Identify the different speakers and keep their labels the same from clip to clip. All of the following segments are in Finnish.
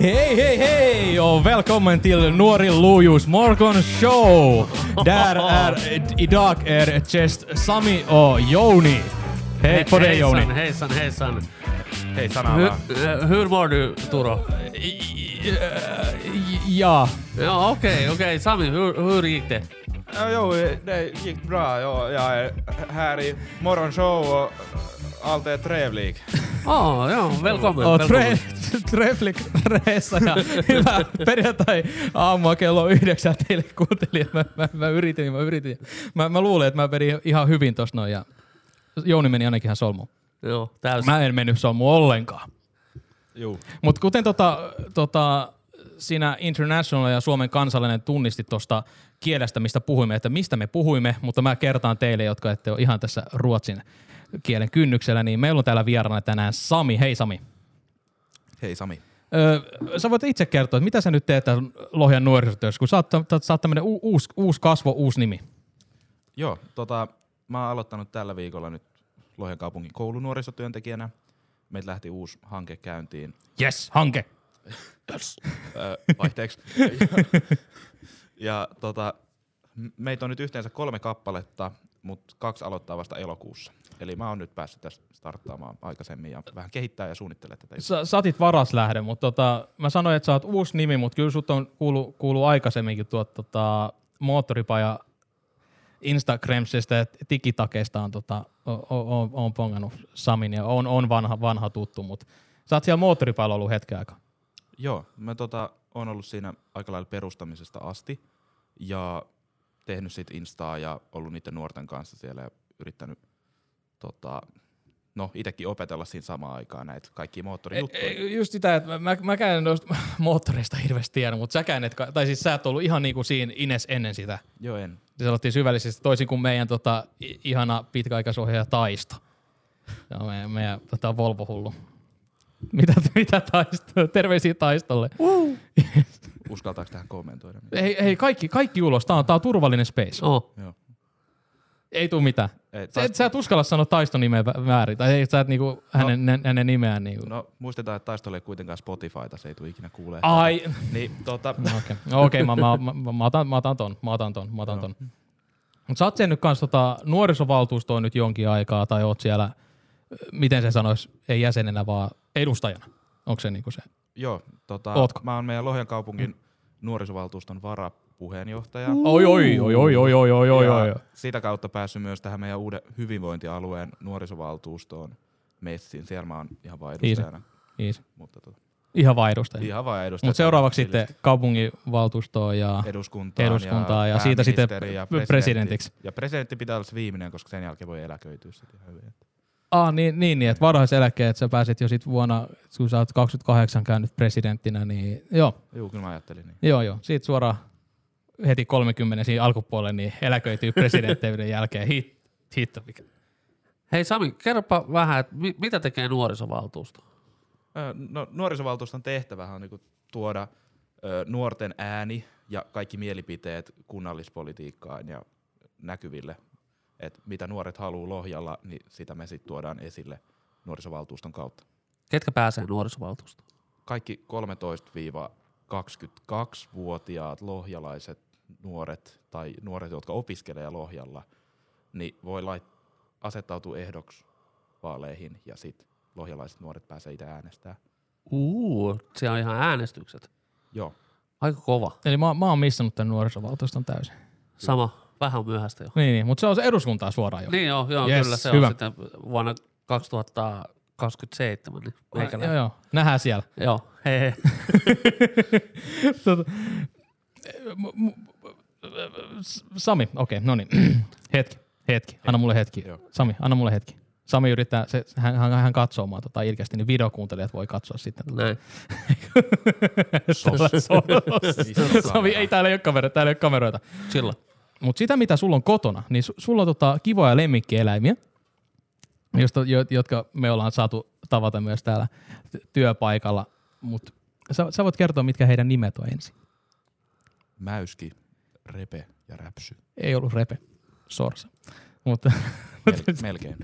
Speaker 1: Hej, hej, hej och välkommen till Nuori Lujus Morgon Show. Där är eh, idag är gäst Sami och Jouni. Hej på dig Jouni.
Speaker 2: Hejsan, hejsan, hejsan.
Speaker 3: Hejsan
Speaker 2: Hur,
Speaker 3: alla.
Speaker 2: eh, hur mår du, Turo?
Speaker 1: Ja,
Speaker 2: Ja, okej, okej. Sami, hur, hur gick det?
Speaker 3: Ja, jo, det gick bra. Jo, jag är här i morgonshow och allt är trevligt.
Speaker 2: Ah, ja, välkommen.
Speaker 1: och
Speaker 2: välkommen.
Speaker 1: tre- trefflik reessa ja hyvää perjantai aamua kello yhdeksän teille kuuntelijat. Mä, mä, mä yritin, mä yritin. Mä, mä luulen, että mä vedin ihan hyvin tossa noin ja Jouni meni ainakin ihan solmuun.
Speaker 2: Joo, täysin.
Speaker 1: Mä en mennyt solmuun ollenkaan.
Speaker 3: Juu.
Speaker 1: Mutta kuten tota, tota, sinä International ja Suomen kansallinen tunnisti tuosta kielestä, mistä puhuimme, että mistä me puhuimme, mutta mä kertaan teille, jotka ette ole ihan tässä ruotsin kielen kynnyksellä, niin meillä on täällä vieraana tänään Sami. Hei Sami.
Speaker 3: Hei Sami.
Speaker 1: Öö, sä voit itse kertoa, että mitä sä nyt teet täällä Lohjan nuorisotyössä, kun sä oot, tä- sä oot tämmönen u- uusi, uusi kasvo, uusi nimi.
Speaker 3: Joo, tota, mä oon aloittanut tällä viikolla nyt Lohjan kaupungin koulunuorisotyöntekijänä. Meiltä lähti uusi hanke käyntiin
Speaker 1: Yes, hanke.
Speaker 3: ö, vaihteeksi. ja, ja tota, m- meitä on nyt yhteensä kolme kappaletta, mutta kaksi aloittaa vasta elokuussa. Eli mä oon nyt päässyt tästä starttaamaan aikaisemmin ja vähän kehittää ja suunnittelee tätä. juttua.
Speaker 1: Sä, sä otit varas lähde, mutta tota, mä sanoin, että sä oot uusi nimi, mutta kyllä sut on kuulu, kuulu aikaisemminkin tuot tota, moottoripaja Instagramsista ja tikitakeista on, tota, o- o- o- on pongannut Samin ja on, on vanha, vanha tuttu, mutta sä oot siellä moottoripajalla ollut hetken aikaa.
Speaker 3: Joo, mä tota, oon ollut siinä aika lailla perustamisesta asti ja tehnyt sit Instaa ja ollut niiden nuorten kanssa siellä ja yrittänyt tota, no itekin opetella siinä samaan aikaan näitä kaikki moottorijuttuja.
Speaker 1: E- e- Just sitä, että mä, mä, mäkään en noista moottoreista hirveästi tiedä, mutta säkään et, ka- tai siis sä et ollut ihan niin kuin siinä Ines ennen sitä.
Speaker 3: Joo, en.
Speaker 1: Se sanottiin syvällisesti toisin kuin meidän tota, i- ihana pitkäaikaisohjaaja Taisto. Se on meidän, meidän tota, Volvo-hullu. Mitä, mitä taisto? Terveisiä Taistolle.
Speaker 3: Uskaltaako tähän kommentoida?
Speaker 1: Hei, hei kaikki, kaikki ulos. Tää on, tää on turvallinen space.
Speaker 2: Oh.
Speaker 3: Joo.
Speaker 1: Ei tuu mitään.
Speaker 3: Ei,
Speaker 1: Sä,
Speaker 3: taist-
Speaker 1: et, sä et uskalla sanoa Taiston nimeä vä- väärin. Tai ei, sä et niinku hänen, nä- hänen nimeään niinku.
Speaker 3: no muistetaan, että taistolle ei kuitenkaan Spotifyta, se ei tule ikinä kuulee.
Speaker 1: Ai,
Speaker 3: Niin, tota,
Speaker 1: No Okei, okay. okay, mä, mä, mä, mä, otan, mä otan ton, mä otan ton, mä otan ton. Mut sä oot sen nyt kans tota nuorisovaltuustoon nyt jonkin aikaa, tai oot siellä, miten se sanois, ei jäsenenä vaan edustajana. Onko se niinku se?
Speaker 3: joo, tota,
Speaker 1: Ootko?
Speaker 3: mä oon meidän Lohjan kaupungin nuorisovaltuuston varapuheenjohtaja.
Speaker 1: Oi, oi, oi, oi, oi, oi, oi, oi,
Speaker 3: ja
Speaker 1: oi.
Speaker 3: Sitä kautta päässyt myös tähän meidän uuden hyvinvointialueen nuorisovaltuustoon messiin. Siellä mä oon ihan vaan
Speaker 1: Niin
Speaker 3: edustajana.
Speaker 1: Iis.
Speaker 3: Mutta tota,
Speaker 1: Ihan siis. vaan edustaja.
Speaker 3: ihan vaan edustajana.
Speaker 1: Mutta Niin. seuraavaksi sitten kaupunginvaltuustoon ja
Speaker 3: eduskuntaan,
Speaker 1: eduskuntaan ja siitä sitten
Speaker 3: pääministeri
Speaker 1: p- presidentiksi.
Speaker 3: Ja presidentti pitää olla se viimeinen, koska sen jälkeen voi eläköityä sitten ihan hyvin.
Speaker 1: Ah, niin, niin, niin että varhaiseläkkeet sä pääsit jo sit vuonna, kun sä oot 28 käynyt presidenttinä, niin joo,
Speaker 3: Joo, kyllä mä ajattelin niin.
Speaker 1: Joo, joo. Siitä suoraan heti 30 siinä alkupuolelle, niin eläköityy presidentteyden jälkeen. Hit, hitto mikä.
Speaker 2: Hei Sami, kerropa vähän, että mi- mitä tekee nuorisovaltuusto?
Speaker 3: Ö, No, nuorisovaltuuston tehtävähän on niinku tuoda ö, nuorten ääni ja kaikki mielipiteet kunnallispolitiikkaan ja näkyville. Et mitä nuoret haluaa Lohjalla, niin sitä me sitten tuodaan esille nuorisovaltuuston kautta.
Speaker 2: Ketkä pääsee nuorisovaltuustoon?
Speaker 3: Kaikki 13-22-vuotiaat lohjalaiset nuoret tai nuoret, jotka opiskelee Lohjalla, niin voi lait- asettautua ehdoksi vaaleihin ja sitten lohjalaiset nuoret pääsee itse äänestämään.
Speaker 2: Uu, siellä on ihan äänestykset.
Speaker 3: Joo.
Speaker 2: Aika kova.
Speaker 1: Eli mä, mä oon missannut tämän nuorisovaltuuston täysin.
Speaker 2: Sama, vähän myöhäistä jo.
Speaker 1: Niin, niin. mutta se on se eduskuntaa suoraan jo.
Speaker 2: Niin joo, joo
Speaker 1: Yes,
Speaker 2: kyllä se
Speaker 1: hyvä.
Speaker 2: on sitten vuonna 2027. Niin meikä
Speaker 1: joo, joo. Nähdään siellä.
Speaker 2: joo, hei hei.
Speaker 1: Tota, m- m- s- Sami, okei, no niin. hetki, hetki. Anna mulle hetki.
Speaker 3: Joo.
Speaker 1: Sami, anna mulle hetki. Sami yrittää, se, hän, hän, hän katsoo mua tota, ilkeästi, niin videokuuntelijat voi katsoa sitten.
Speaker 2: Näin.
Speaker 1: Tällä solos. Sami, ei täällä ei ole kameroita, täällä ei ole kameroita.
Speaker 2: Sillä.
Speaker 1: Mutta sitä, mitä sulla on kotona, niin su- sulla on tota kivoja lemmikkieläimiä, josta, jo, jotka me ollaan saatu tavata myös täällä t- työpaikalla. Mutta sä, sä voit kertoa, mitkä heidän nimet on ensin.
Speaker 3: Mäyski, repe ja räpsy.
Speaker 1: Ei ollut repe, sorsa. Mutta
Speaker 3: Mel- melkein.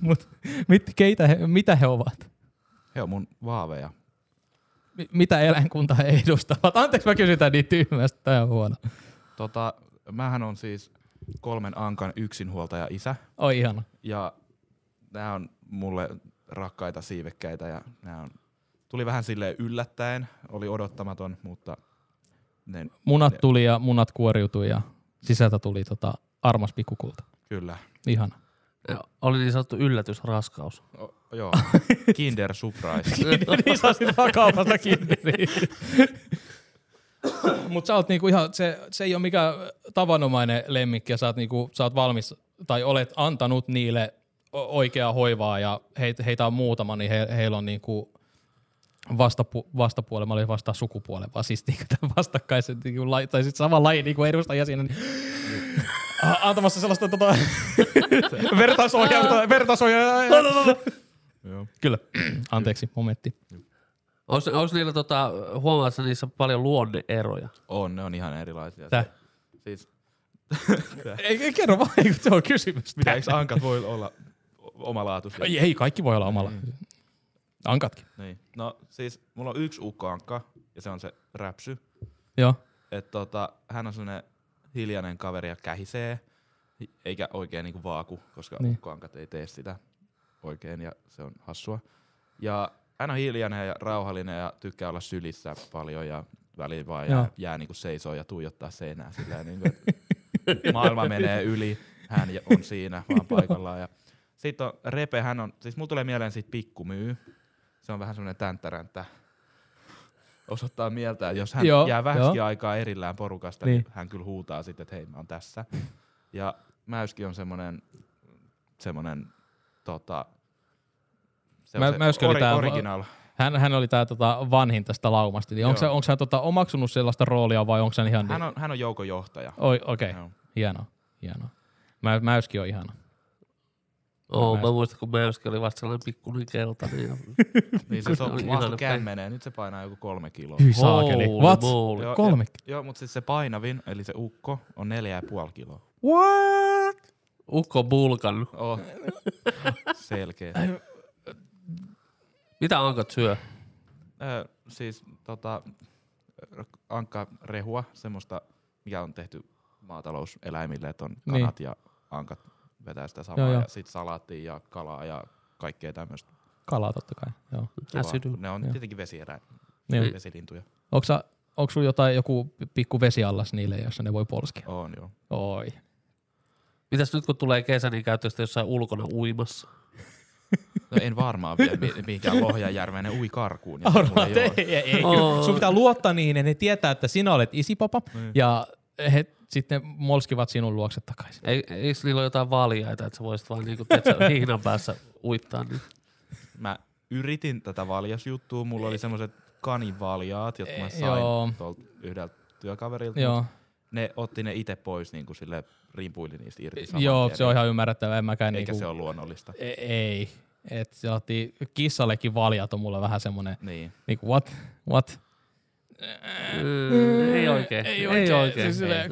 Speaker 1: mut, mit, keitä he, mitä he ovat?
Speaker 3: He on mun vaaveja.
Speaker 1: mi- mitä eläinkuntaa he edustavat. Anteeksi, mä kysytään niin tyhmästä, tää on huono.
Speaker 3: Tota, mähän on siis kolmen ankan yksinhuoltaja isä
Speaker 1: Oi ihana.
Speaker 3: ja nämä on mulle rakkaita siivekkäitä ja nämä on, tuli vähän silleen yllättäen, oli odottamaton, mutta ne,
Speaker 1: Munat tuli ja munat kuoriutui ja sisältä tuli tota armas pikkukulta.
Speaker 3: kyllä.
Speaker 1: Ihana.
Speaker 2: Ja Oli niin sanottu yllätysraskaus.
Speaker 3: O, joo, Kinder Surprise.
Speaker 1: niin saa sitä kaupasta kiinni. niin. Mutta sä oot niinku ihan, se, se ei ole mikään tavanomainen lemmikki ja sä oot, niinku, sä oot valmis tai olet antanut niille o- oikeaa hoivaa ja heit, heitä on muutama, niin he, heillä on niinku vastapu, vastapuolella, mä olin vasta sukupuolen, vaan siis niinku tämän vastakkaisen, niinku, lai- tai sitten saman lajin niinku edustajia siinä, niin a- antamassa sellaista tota, vertaisohjelmaa. vertaisohjelmaa.
Speaker 3: joo.
Speaker 1: Kyllä, anteeksi, momentti.
Speaker 2: Ois, ois niillä tota, huomaat, että niissä on paljon luonneeroja.
Speaker 3: On, ne on ihan erilaisia.
Speaker 1: Tää.
Speaker 3: Siis,
Speaker 1: Ei, ei kerro vaan, ei, kun se on kysymys.
Speaker 3: mitä eikö ankat voi olla o- omalaatuisia?
Speaker 1: Ei, ei, kaikki voi olla omalla. Ankatkin.
Speaker 3: Niin. No siis mulla on yksi ukkoankka ja se on se räpsy.
Speaker 1: Joo.
Speaker 3: Et tota, hän on sellainen hiljainen kaveri ja kähisee, hi- eikä oikein niinku vaaku, koska
Speaker 1: Niin.
Speaker 3: niin. ukkoankat ei tee sitä oikein ja se on hassua. Ja hän on hiljainen ja rauhallinen ja tykkää olla sylissä paljon ja väliin vaan
Speaker 1: Joo.
Speaker 3: jää, jää niinku seisoo ja tuijottaa seinää sillä niinku, et maailma menee yli, hän ja- on siinä vaan paikallaan. Ja sitten on Repe, hän on, siis mulla tulee mieleen siitä pikkumyy, se on vähän semmoinen tänttäräntä osoittaa mieltä, jos hän
Speaker 1: Joo,
Speaker 3: joo, jää
Speaker 1: joo.
Speaker 3: vähäksi ja aikaa erillään porukasta, niin.
Speaker 1: Niin.
Speaker 3: hän kyllä huutaa sitten, että hei, mä oon tässä. Ja Mäyski on semmoinen, semmoinen, tota, se on
Speaker 1: Mä-
Speaker 3: se
Speaker 1: Mäyski oli tää-
Speaker 3: original.
Speaker 1: Hän, hän oli tää tota, vanhin tästä laumasta. Eli onko,
Speaker 3: Joo.
Speaker 1: onko hän tota, omaksunut sellaista roolia vai onko hän ihan... niin-
Speaker 3: Hän on, hän on joukon johtaja.
Speaker 1: Oi, okei. Okay.
Speaker 3: Joo.
Speaker 1: Hienoa. Hienoa. Mä, mäyskin on ihana.
Speaker 2: Oo,
Speaker 1: Mä-
Speaker 2: mä muistan, kun Mäyskin oli vasta sellainen pikkuinen keltainen. Ja...
Speaker 3: Niin se
Speaker 2: Oli
Speaker 3: on
Speaker 2: ihana
Speaker 3: mahtu
Speaker 2: päin.
Speaker 3: kämmeneen, nyt se painaa joku kolme kiloa.
Speaker 1: Hyi saakeli.
Speaker 2: Holy
Speaker 1: What?
Speaker 2: moly.
Speaker 3: Joo,
Speaker 1: Kolme.
Speaker 3: Ja, joo, mutta siis se painavin, eli se ukko, on neljä ja puoli kiloa.
Speaker 1: What?
Speaker 2: Ukko on bulkannut.
Speaker 3: Oh. Selkeä.
Speaker 2: Mitä ankat syö?
Speaker 3: Ö, siis tota, ankka rehua, semmoista, mikä on tehty maatalouseläimille, että on kanat ja ankat vetää sitä samaa,
Speaker 1: Niin. Joo,
Speaker 3: joo,
Speaker 1: joo.
Speaker 3: ja sitten salaattia ja kalaa ja kaikkea tämmöistä.
Speaker 1: Kalaa totta kai. Joo.
Speaker 2: Äsydyn.
Speaker 3: Ne on
Speaker 1: Joo.
Speaker 3: joo. tietenkin vesierä,
Speaker 1: Niin.
Speaker 3: vesilintuja.
Speaker 1: Onko, sä, onko sulla jotain joku pikku vesiallas niille, jossa ne voi polskia?
Speaker 3: On joo.
Speaker 1: Oi.
Speaker 2: Mitäs nyt kun tulee kesä, niin käytte sitten jossain ulkona uimassa?
Speaker 3: No en varmaan vielä mi- mihinkään Lohjajärveen, ne ui karkuun. Ja
Speaker 1: Arvaa,
Speaker 3: mulla ei
Speaker 1: ei,
Speaker 3: oo.
Speaker 1: ei, ei.
Speaker 2: Oo.
Speaker 1: Sun pitää luottaa niihin ja ne tietää, että sinä olet isipapa
Speaker 3: Niin.
Speaker 1: ja he sitten molskivat sinun luokse takaisin.
Speaker 2: Ei, eikö niillä ole jotain valjaita, että sä voisit vaan niinku, tiedätkö, hihnan päässä uittaa? Niin.
Speaker 3: Mä yritin tätä valjasjuttua, mulla oli semmoiset kanivaljaat, jotka
Speaker 1: Eh,
Speaker 3: mä
Speaker 1: joo.
Speaker 3: sain tuolta yhdeltä työkaverilta.
Speaker 1: Joo,
Speaker 3: ne otti ne itse pois niin kuin sille rimpuili niistä irti saman
Speaker 1: joo
Speaker 3: tien, niin
Speaker 1: se on ihan ymmärrettävää. En mäkään
Speaker 3: Eikä
Speaker 1: niinku,
Speaker 3: se ole luonnollista.
Speaker 1: E- Ei. Et se otti kissallekin valjat on mulla vähän semmonen,
Speaker 3: Niin.
Speaker 1: niinku what, what?
Speaker 2: Mm, ei oikein. Ei oikein. Ei oikein.
Speaker 1: Siis
Speaker 2: ei.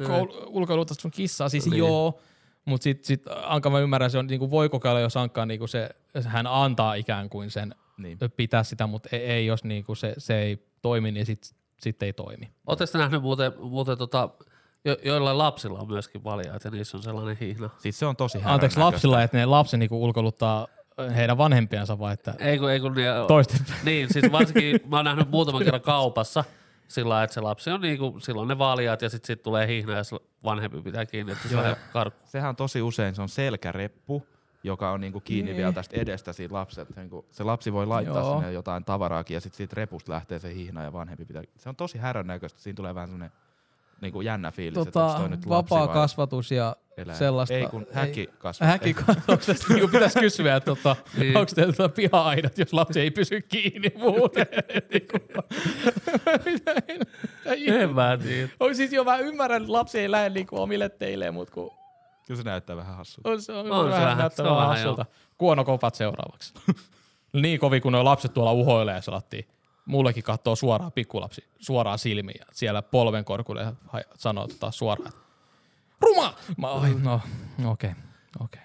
Speaker 1: ulkoiluutat sun kissaa, siis
Speaker 2: Niin.
Speaker 1: joo. Mut sit, sit Anka mä ymmärrän, se on niinku voi kokeilla, jos Anka niinku se, hän antaa ikään kuin sen
Speaker 3: niin.
Speaker 1: pitää sitä, mutta ei, ei jos niinku se, se ei toimi, niin sit, sit ei toimi.
Speaker 2: Ootteko te nähnyt muuten, muuten tota, jo, joillain lapsilla on myöskin valjaat ja niissä on sellainen hihna?
Speaker 3: Siis se on tosi
Speaker 1: Anteeksi
Speaker 3: härän
Speaker 1: lapsilla, että ne lapsi niinku ulkoiluttaa heidän vanhempiansa vai että
Speaker 2: Ei kun, ei kun ne,
Speaker 1: toistepäin.
Speaker 2: niin, siis varsinkin mä oon nähnyt muutaman kerran kaupassa sillä lailla, että se lapsi on niinku, silloin ne valjaat ja sitten sit tulee hihna ja se vanhempi pitää kiinni, että se on karkku.
Speaker 3: näköistä. Sehän on tosi usein, se on selkäreppu, joka on niinku kiinni vielä tästä edestä siitä lapselta. Niinku se lapsi voi laittaa
Speaker 1: Niin. Joo.
Speaker 3: joo. sinne jotain tavaraakin ja sitten siitä repusta lähtee se hihna ja vanhempi pitää. Se on tosi härän näköistä. Siinä tulee vähän semmoinen niinku jännä fiilis, tota, että onko toi nyt lapsi
Speaker 1: vapaa
Speaker 3: vai
Speaker 1: kasvatus ja
Speaker 3: eläin.
Speaker 1: sellaista.
Speaker 3: Ei kun häkki kasvaa.
Speaker 1: Häkikasvatuksesta niin pitäisi kysyä, että tota,
Speaker 2: Niin.
Speaker 1: onko teillä tota piha-aidat, jos lapsi ei pysy kiinni muuten. Niin kuin- Mitä- mitä ihmettä?
Speaker 2: En mä tiedä.
Speaker 1: on siis jo mä ymmärrän, että lapsi ei lähde niinku omille teille, mutta kun
Speaker 3: Kyllä se näyttää vähän hassulta.
Speaker 1: on se, on,
Speaker 2: On se
Speaker 1: vähän,
Speaker 2: vähän-
Speaker 1: näyttää
Speaker 2: se on
Speaker 1: vähän
Speaker 2: vähän,
Speaker 1: hassulta. Kuonokopat seuraavaksi. niin kovin, kun nuo lapset tuolla uhoilee, se latti. Mullekin katsoo suoraan pikkulapsi, suoraan silmiin ja siellä polven korkuille haj- sanoo tota suoraan, että ruma! Mä, ai, no, okei, okay, okei.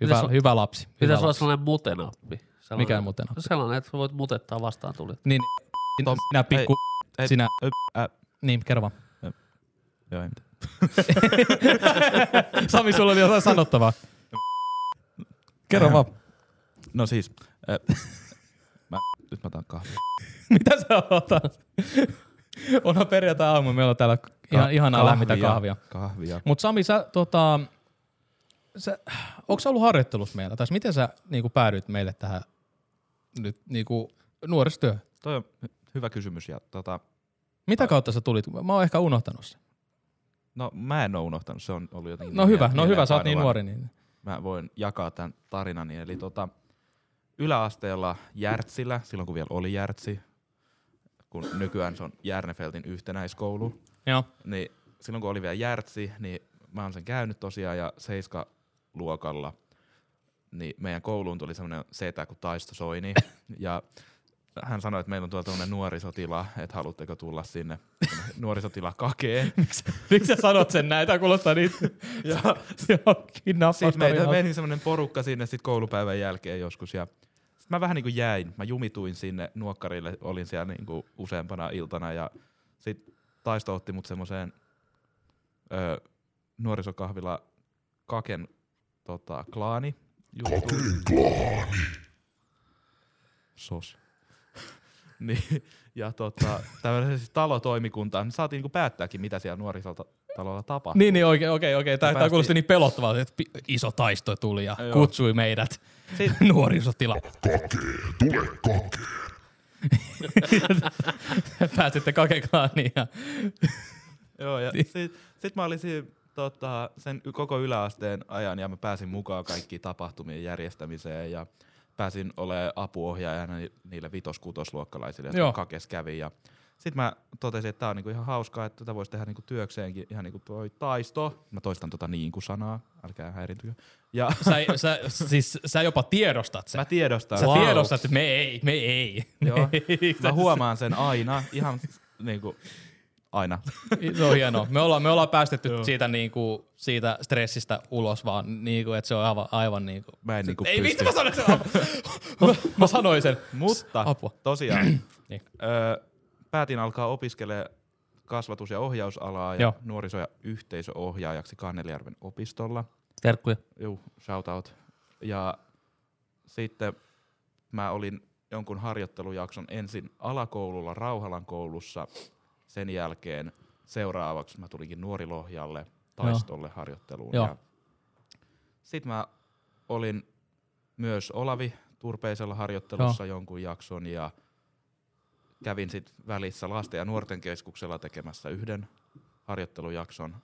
Speaker 1: Hyvä,
Speaker 2: Pitäis-
Speaker 1: hyvä lapsi. Hyvä
Speaker 2: Pitäisi
Speaker 1: lapsi.
Speaker 2: olla sellainen mutenappi. Sellainen,
Speaker 1: Mikä muuten on?
Speaker 2: Sellainen, että sä voit mutettaa vastaan tuli.
Speaker 1: Niin
Speaker 3: Tom-
Speaker 1: sinä pikku
Speaker 3: ei-
Speaker 1: sinä.
Speaker 3: ö, ä.
Speaker 1: Niin, kerro vaan.
Speaker 3: Joo, ei mitään.
Speaker 1: Sami, sulla oli jotain sanottavaa. Kerro
Speaker 3: Äh.
Speaker 1: vaan.
Speaker 3: No siis, äh, mä, nyt mä otan kahvia.
Speaker 1: Mitä sä otat? Onhan perjantai-aamu, meillä on täällä ihan, ihanaa lämmintä kahvia.
Speaker 3: Kahvia.
Speaker 1: Mut Sami, sä, tota, sä, onko sä ollut harjoittelussa meillä? Tai miten sä niinku, päädyit meille tähän nyt niinku, nuorisotyöhön?
Speaker 3: Toi on hy- hyvä kysymys. Ja, tota,
Speaker 1: Mitä kautta sä tulit? Mä oon ehkä unohtanut sen.
Speaker 3: no mä en ole unohtanut, se on ollut jotenkin...
Speaker 1: No
Speaker 3: niin
Speaker 1: hyvä,
Speaker 3: mie-
Speaker 1: no hyvä, sä oot niin
Speaker 3: mieleenpainuva.
Speaker 1: nuori. Niin.
Speaker 3: Mä voin jakaa tämän tarinani. Eli tota, yläasteella Järtsillä, silloin kun vielä oli Järtsi, kun nykyään se on Järnefeltin yhtenäiskoulu,
Speaker 1: Joo.
Speaker 3: niin silloin kun oli vielä Järtsi, niin mä oon sen käynyt tosiaan ja seiskaluokalla, niin meidän kouluun tuli semmoinen setä kuin Taisto Soini, ja hän sanoi, että meillä on tuolla tämmöinen nuorisotila, että haluatteko tulla sinne nuorisotila kakeen.
Speaker 1: Miksi sä sanot sen näin? Tää kuulostaa niin johonkin
Speaker 3: Sitten Siis meitä
Speaker 1: nappastarinalta.
Speaker 3: meni semmoinen porukka sinne sit koulupäivän jälkeen joskus ja sit mä vähän niin kuin jäin. Mä jumituin sinne nuokkarille, olin siellä niin kuin useampana iltana ja sit Taisto otti mut semmoiseen öö, nuorisokahvila Kaken tota, klaani. Kaken klaani. Sos. niin, ja tota, tämmöisen siis talotoimikuntaan. Me saatiin niinku päättääkin, mitä siellä nuorisotalolla tapahtuu.
Speaker 1: Niin, niin oikein, okei, okei. Tää, tää
Speaker 3: päästiin-
Speaker 1: kuulosti niin pelottavalta, että pi- iso taisto tuli ja
Speaker 3: Joo.
Speaker 1: kutsui meidät
Speaker 3: Sit-
Speaker 1: nuorisotila.
Speaker 4: Tule kakeen.
Speaker 1: Pääsitte kakeklaaniin ja
Speaker 3: Joo, ja
Speaker 1: Niin.
Speaker 3: sit, sit mä olin siinä, tota, sen y- koko yläasteen ajan ja mä pääsin mukaan kaikkiin tapahtumien järjestämiseen ja pääsin olemaan apuohjaajana ni- niille vitos-kutosluokkalaisille,
Speaker 1: Joo.
Speaker 3: jotka kakes kävi. Ja sit mä totesin, että tää on niinku ihan hauskaa, että tätä voisi tehdä niinku työkseenkin, ihan niinku toi taisto. Mä toistan tota niinku sanaa, älkää häirintykö. Ja
Speaker 1: sä, sä, siis, sä jopa tiedostat sen.
Speaker 3: mä tiedostan.
Speaker 1: Sä
Speaker 3: sen.
Speaker 1: wow. tiedostat, niin. että me ei, me ei.
Speaker 3: Joo.
Speaker 1: Sä-
Speaker 3: Mä huomaan sen aina, ihan niinku aina.
Speaker 1: se on hienoa. Me ollaan, me ollaan päästetty siitä, niinku, siitä stressistä ulos vaan, niinku, että se on aivan, aivan niinku.
Speaker 3: Mä en niinku
Speaker 1: Ei
Speaker 3: pysty.
Speaker 1: vittu, mä sanoin sen. Mä, mä sanoin sen.
Speaker 3: Mutta
Speaker 1: Apua.
Speaker 3: tosiaan,
Speaker 1: Niin.
Speaker 3: öö, päätin alkaa opiskelemaan kasvatus- ja ohjausalaa ja
Speaker 1: Joo.
Speaker 3: nuoriso- ja yhteisöohjaajaksi Kannelijärven opistolla.
Speaker 2: Terkkuja.
Speaker 3: Juu, shout out. Ja sitten mä olin jonkun harjoittelujakson ensin alakoululla Rauhalan koulussa. Sen jälkeen seuraavaksi mä tulinkin Nuorilohjalle taistolle harjoitteluun.
Speaker 1: Joo.
Speaker 3: Ja sitten mä olin myös Olavi Turpeisella harjoittelussa jonkun jakson ja kävin sit välissä lasten ja nuorten keskuksella tekemässä yhden harjoittelujakson.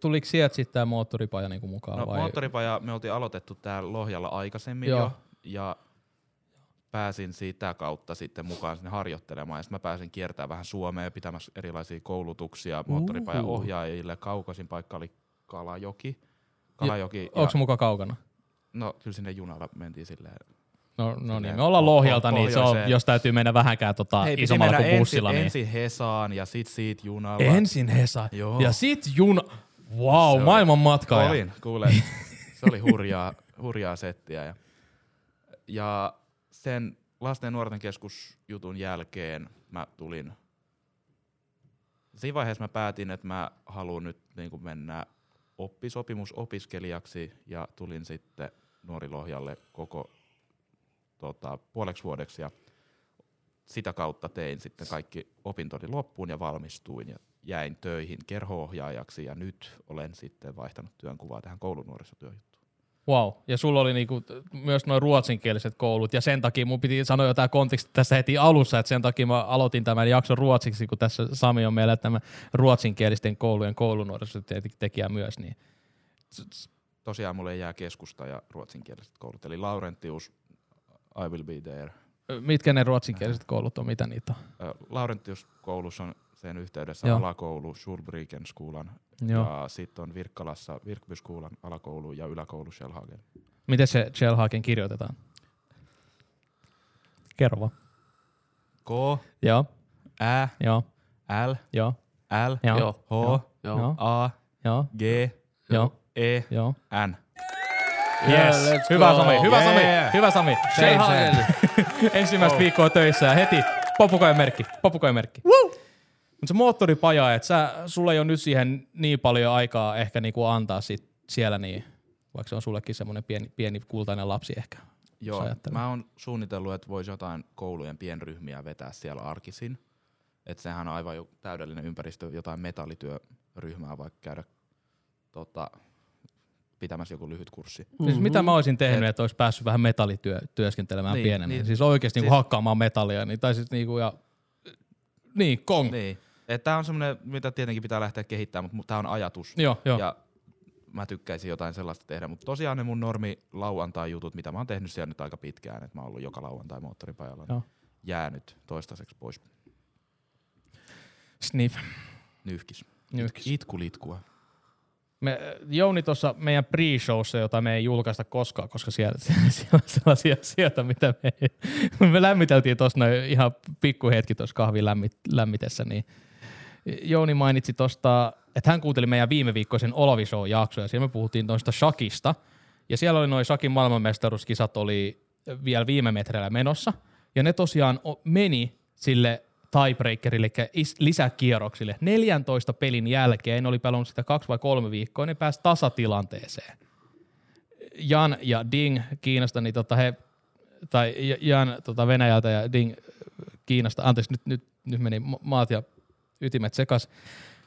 Speaker 1: Tuliko sieltä sitten tämä moottoripaja niinku mukaan?
Speaker 3: No
Speaker 1: vai?
Speaker 3: moottoripaja me oltiin aloitettu täällä Lohjalla aikaisemmin
Speaker 1: Joo.
Speaker 3: jo ja pääsin sitä kautta sitten mukaan sinne harjoittelemaan. Ja sitten mä pääsin kiertämään vähän Suomea pitämässä erilaisia koulutuksia moottoripajan
Speaker 1: Uhu.
Speaker 3: ohjaajille. Kaukasin paikka oli Kalajoki. Kalajoki ja,
Speaker 1: Onko se muka kaukana?
Speaker 3: no kyllä sinne junalla mentiin silleen.
Speaker 1: No, no niin,
Speaker 3: Silleen
Speaker 1: me ollaan
Speaker 3: po-
Speaker 1: Lohjalta,
Speaker 3: po-
Speaker 1: niin se on,
Speaker 3: pohjoiseen.
Speaker 1: jos täytyy mennä vähänkään tota,
Speaker 3: Hei, piti
Speaker 1: isommalla
Speaker 3: mennä
Speaker 1: kuin bussilla.
Speaker 3: ensin,
Speaker 1: niin.
Speaker 3: ensin Hesaan ja sit siitä junalla.
Speaker 1: Ensin Hesa.
Speaker 3: Joo.
Speaker 1: Ja sit juna. Wow,
Speaker 3: Se oli-
Speaker 1: maailman matkaaja.
Speaker 3: Olin, kuule. Se oli hurjaa, hurjaa settiä. Ja, ja sen lasten ja nuorten keskusjutun jälkeen mä tulin. Siinä vaiheessa mä päätin, että mä haluan nyt niin kuin mennä oppisopimusopiskelijaksi ja tulin sitten Nuorilohjalle koko tota, puoleksi vuodeksi ja sitä kautta tein sitten kaikki opintoni loppuun ja valmistuin ja jäin töihin kerhoohjaajaksi ja nyt olen sitten vaihtanut työnkuvaa tähän koulunuorisotyöjuttuun.
Speaker 1: Wow. Ja sulla oli niinku t- myös noin ruotsinkieliset koulut, ja sen takia mun piti sanoa jotain kontekstia tässä heti alussa, että sen takia mä aloitin tämän jakson ruotsiksi, kun tässä Sami on meillä tämä ruotsinkielisten koulujen koulunuorisotekijä myös. Niin.
Speaker 3: Tosiaan mulle jää keskusta ja ruotsinkieliset koulut, eli Laurentius, I will be there.
Speaker 1: Ö, Mitkä ne ruotsinkieliset koulut on, mitä niitä on?
Speaker 3: Ö, Laurentius koulussa on sen yhteydessä
Speaker 1: Joo.
Speaker 3: Joo. alakoulu, Schulbrikenskuulan
Speaker 1: Joo.
Speaker 3: ja sitten on Virkkalassa Virkbyskuulan alakoulu ja yläkoulu Shellhagen.
Speaker 1: Miten se Shellhaken kirjoitetaan? Kerro vaan.
Speaker 3: K,
Speaker 1: Joo,
Speaker 3: Ä,
Speaker 1: joo,
Speaker 3: L,
Speaker 1: joo,
Speaker 3: L,
Speaker 1: joo,
Speaker 2: Joo.
Speaker 3: H,
Speaker 2: Joo.
Speaker 1: Joo.
Speaker 3: A,
Speaker 1: joo,
Speaker 3: G,
Speaker 1: joo,
Speaker 3: E,
Speaker 1: joo.
Speaker 3: N.
Speaker 1: Yes.
Speaker 2: Yeah, let's
Speaker 1: hyvä
Speaker 2: go.
Speaker 1: Sami, hyvä Sami,
Speaker 3: Yeah. Oh.
Speaker 1: hyvä Sami. Shane Hagen. Ensimmäistä viikkoa töissä ja heti Papukajan merkki, papukajan merkki. Mutta se moottoripaja, että sä, sulla ei ole nyt siihen niin paljon aikaa ehkä niinku antaa sit siellä, niin, vaikka se on sullekin semmoinen pieni, pieni kultainen lapsi ehkä. Siis jos
Speaker 3: Joo,
Speaker 1: ajattelee.
Speaker 3: mä oon suunnitellut, että voisi jotain koulujen pienryhmiä vetää siellä arkisin. Että sehän on aivan jo täydellinen ympäristö, jotain metallityöryhmää vaikka käydä tota, pitämässä joku lyhyt kurssi.
Speaker 1: Siis mitä mä olisin tehnyt, että olisi päässyt vähän metallityöskentelemään
Speaker 3: Mm-hmm. Niin,
Speaker 1: pienemmin.
Speaker 3: niin.
Speaker 1: Siis oikeasti niinku
Speaker 3: Siis-
Speaker 1: hakkaamaan metallia, niin, tai siis niinku, ja, niin, kong. Niin.
Speaker 3: Niin. Että tää on semmoinen, mitä tietenkin pitää lähteä kehittämään, mutta tää on ajatus.
Speaker 1: Joo, joo.
Speaker 3: Ja mä tykkäisin jotain sellaista tehdä, mutta tosiaan ne mun normi lauantai-jutut, mitä mä oon tehnyt siellä nyt aika pitkään, että mä oon ollut joka lauantai moottoripajalla,
Speaker 1: Joo.
Speaker 3: niin jäänyt toistaiseksi pois
Speaker 1: Sniff.
Speaker 3: nyyhkis.
Speaker 1: Nyyhkis.
Speaker 3: Itkulitkua.
Speaker 1: Me, Jouni tuossa meidän pre-showssa, jota me ei julkaista koskaan, koska siellä, siellä on sellaisia asioita, mitä me, me lämmiteltiin tuossa noin ihan pikkuhetki tuossa kahvin lämmit, lämmitessä, niin Jouni mainitsi tuosta, että hän kuunteli meidän viime viikkoisen Olavi Show-jaksoja, siellä me puhuttiin tuosta Shakista, ja siellä oli noin Shakin maailmanmestaruuskisat oli vielä viime metreillä menossa, ja ne tosiaan o- meni sille tiebreakerille, eli is- lisäkierroksille. 14 pelin jälkeen, ne oli pelannut sitä kaksi vai kolme viikkoa, ne pääsi tasatilanteeseen. Jan ja Ding Kiinasta, niin tota he, tai J- Jan tota Venäjältä ja Ding Kiinasta, anteeksi, nyt, nyt, nyt meni ma- maat ja ytimet sekas,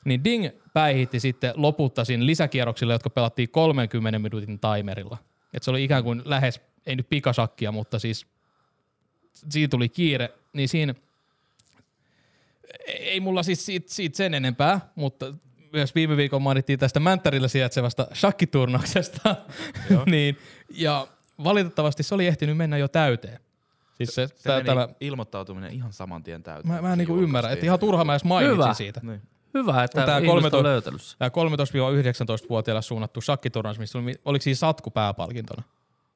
Speaker 1: niin Ding päihitti sitten loputtaisin lisäkierroksilla, jotka pelattiin 30 minuutin timerilla. Et se oli ikään kuin lähes, ei nyt pikasakkia, mutta siis siinä tuli kiire, niin siinä ei mulla siis siitä, siitä sen enempää, mutta myös viime viikon mainittiin tästä Mänttärillä sijaitsevasta shakkiturnauksesta, niin, ja valitettavasti se oli ehtinyt mennä jo täyteen. Siis se,
Speaker 3: Se
Speaker 1: tää-
Speaker 3: meni
Speaker 1: tällä-
Speaker 3: ilmoittautuminen ihan saman tien täyteen.
Speaker 1: Mä, mä en niinku
Speaker 3: Silloin
Speaker 1: ymmärrä, että
Speaker 3: kastiin.
Speaker 1: ihan turha mä edes mainitsin
Speaker 2: Hyvä.
Speaker 1: siitä.
Speaker 3: Niin.
Speaker 2: Hyvä, että
Speaker 1: Tää
Speaker 2: ihmiset on
Speaker 1: 13
Speaker 2: löytänyt sen.
Speaker 1: Tämä 13-19-vuotiaille suunnattu shakkiturnaus, missä oli, oliko siinä satku pääpalkintona?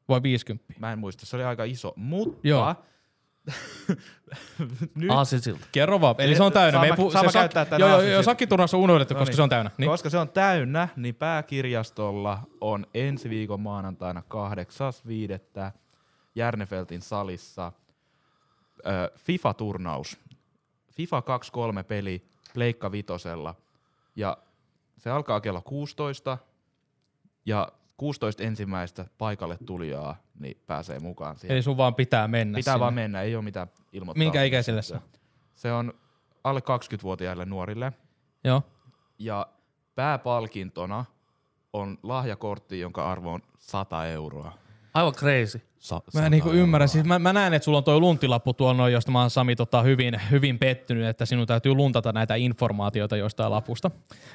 Speaker 1: Vai 50?
Speaker 3: Mä en muista, se oli aika iso, mutta
Speaker 1: Joo.
Speaker 3: nyt,
Speaker 2: Aasinsilta.
Speaker 1: Kerro vaan. Eli se on täynnä.
Speaker 3: Saan
Speaker 1: Me ei
Speaker 3: mä-
Speaker 1: puhu-
Speaker 3: saan
Speaker 1: se
Speaker 3: mä
Speaker 1: sak-
Speaker 3: käyttää tätä
Speaker 1: Joo, joo,
Speaker 3: asiaa
Speaker 1: joo,
Speaker 3: siitä?
Speaker 1: shakkiturnaus on unohdettu,
Speaker 3: No
Speaker 1: koska
Speaker 3: niin.
Speaker 1: se on täynnä. Niin.
Speaker 3: koska se on täynnä, niin pääkirjastolla on ensi viikon maanantaina 8.5. Järnefeltin salissa ö, FIFA-turnaus. FIFA 23 peli Pleikka Vitosella. Ja se alkaa kello 16. Ja 16 ensimmäistä paikalle tulijaa niin pääsee mukaan siihen.
Speaker 1: Eli sun vaan pitää mennä
Speaker 3: Pitää
Speaker 1: sinne.
Speaker 3: vaan mennä, ei ole mitään ilmoittaa.
Speaker 1: Minkä ikäiselle se on?
Speaker 3: Se on alle 20-vuotiaille nuorille.
Speaker 1: Joo.
Speaker 3: Ja pääpalkintona on lahjakortti, jonka arvo on 100 euroa.
Speaker 2: Aivan crazy.
Speaker 3: Sa-
Speaker 1: Mä
Speaker 3: 100
Speaker 1: en niinku
Speaker 3: euroa.
Speaker 1: ymmärrä. Siis mä, mä näen, että sulla on toi luntilappu tuolla noin, josta mä oon Sami tota, hyvin, hyvin pettynyt, että sinun täytyy luntata näitä informaatioita jostain lapusta.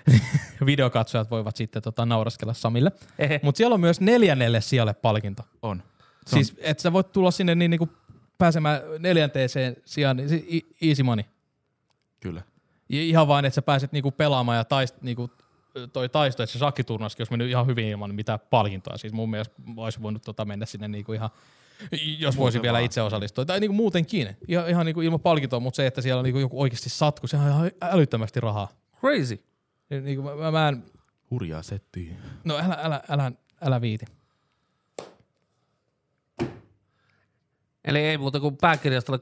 Speaker 1: Videokatsojat voivat sitten tota, nauraskella Samille.
Speaker 2: Ehe.
Speaker 1: Mutta siellä on myös neljännelle sijalle palkinto.
Speaker 3: On. Se
Speaker 1: Siis, että sä voit tulla sinne niin, niin kuin pääsemään neljänteeseen sijaan, niin si- i- easy money.
Speaker 3: Kyllä.
Speaker 1: I- Ihan vaan, että sä pääset niinku pelaamaan ja taist, niinku, toi taisto, että se sakkiturnauskin olisi mennyt ihan hyvin ilman mitään palkintoa. Siis mun mielestä olisi voinut tota mennä sinne niinku ihan, jos voisin vielä itse osallistua. Tai niinku muutenkin, ihan, ihan niinku ilman palkintoa, mutta se, että siellä on niinku joku oikeasti satku, sehän on ihan älyttömästi rahaa.
Speaker 2: Crazy.
Speaker 1: Niinku, mä, mä, mä en,
Speaker 3: Hurjaa settiä.
Speaker 1: no älä, älä, älä, älä viiti.
Speaker 2: Eli ei muuta kuin pääkirjastolle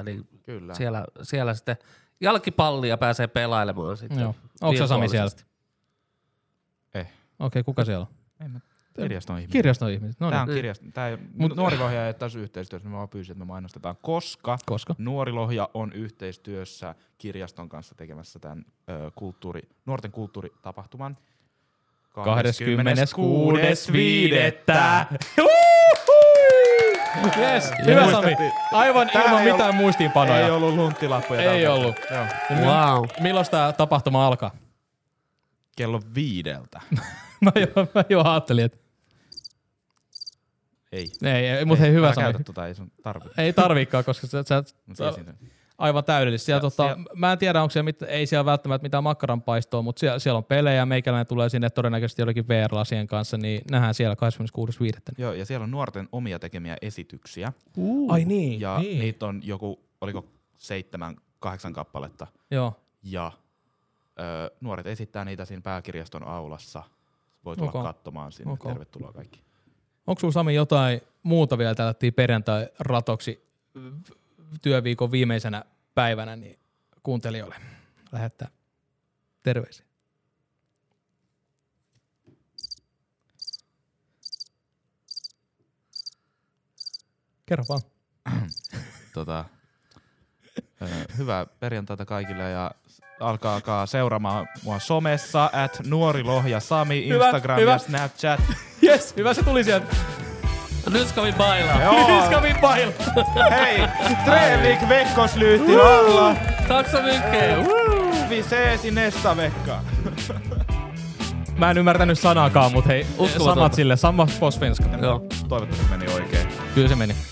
Speaker 2: 8.5. Niin
Speaker 3: Kyllä.
Speaker 2: siellä, siellä sitten jalkipallia pääsee pelailemaan sitten.
Speaker 1: Joo. Onko sä Sami siellä?
Speaker 2: virtuaalisesti.
Speaker 3: Eh.
Speaker 1: Okei, kuka siellä on?
Speaker 3: En mä. Kirjaston ihminen.
Speaker 1: Kirjaston ihmiset. No
Speaker 3: Tää
Speaker 1: niin.
Speaker 3: on kirjast... Tää ei...
Speaker 1: Mut-
Speaker 3: Mut... Nuori Lohja ei ole tässä yhteistyössä, niin mä vaan pyysin, että me mainostetaan, koska
Speaker 1: Koska?
Speaker 3: Nuori Lohja on yhteistyössä kirjaston kanssa tekemässä tämän ö, kulttuuri, nuorten kulttuuritapahtuman.
Speaker 1: 26.5. Yes, hyvä Sami. Aivan
Speaker 3: Tää
Speaker 1: ilman
Speaker 3: ei ollut-
Speaker 1: mitään muistiinpanoja.
Speaker 3: Ei ollut lunttilappuja.
Speaker 1: Ei
Speaker 3: tältä.
Speaker 1: ollut.
Speaker 3: Joo.
Speaker 2: Wow.
Speaker 1: Milloin tämä tapahtuma alkaa?
Speaker 3: Kello viideltä.
Speaker 1: Mä jo, mä jo ajattelin, että
Speaker 3: Ei.
Speaker 1: ei, ei mutta hei, hyvä
Speaker 3: Älä
Speaker 1: Sami.
Speaker 3: käytä tota, ei sun tarvitse.
Speaker 1: Ei tarviikaan, koska sä, sä,
Speaker 3: Mä
Speaker 1: sä
Speaker 3: tiesin sen.
Speaker 1: aivan täydellistä. Siellä,
Speaker 3: Ja
Speaker 1: tota,
Speaker 3: siellä-
Speaker 1: Mä en tiedä, onko siellä mit, ei siellä välttämättä mitään makkaranpaistoa, mutta siellä, siellä on pelejä. Meikäläinen tulee sinne todennäköisesti jollekin VR-lasien kanssa, niin nähdään siellä 26.5.
Speaker 3: Joo, ja siellä on nuorten omia tekemiä esityksiä.
Speaker 1: Ai niin,
Speaker 3: Ja niitä on joku, oliko seitsemän, kahdeksan kappaletta.
Speaker 1: Joo.
Speaker 3: Ja ö, nuoret esittää niitä siinä pääkirjaston aulassa. Voi tulla
Speaker 1: Ok.
Speaker 3: katsomaan sinne.
Speaker 1: Ok.
Speaker 3: Tervetuloa kaikki.
Speaker 1: Onko sulla Sami jotain muuta vielä tällä perjantai-ratoksi työviikon viimeisenä päivänä niin kuuntelijoille lähettää terveisiä. Kerro vaan.
Speaker 3: Tota, ö, hyvää perjantaita kaikille ja s- alkaa, alkaa seuraamaan mua somessa at nuorilohja Sami,
Speaker 1: Hyvä,
Speaker 3: Instagram
Speaker 1: hyvä.
Speaker 3: ja Snapchat.
Speaker 1: Yes, hyvä se tuli sieltä.
Speaker 2: Nyt kävi bailaa.
Speaker 3: Joo.
Speaker 1: Iskavin pail.
Speaker 3: Hei, Trevik veckoslyti alla.
Speaker 2: Taksa mykkeen.
Speaker 3: Vi ses i nästa vecka.
Speaker 1: Mä en ymmärtänyt sanakaan, mutta hei,
Speaker 2: Uskomatonta.
Speaker 1: samat sille, samma på svenska.
Speaker 2: Joo.
Speaker 3: Toivottavasti meni oikein.
Speaker 1: Kyllä se meni.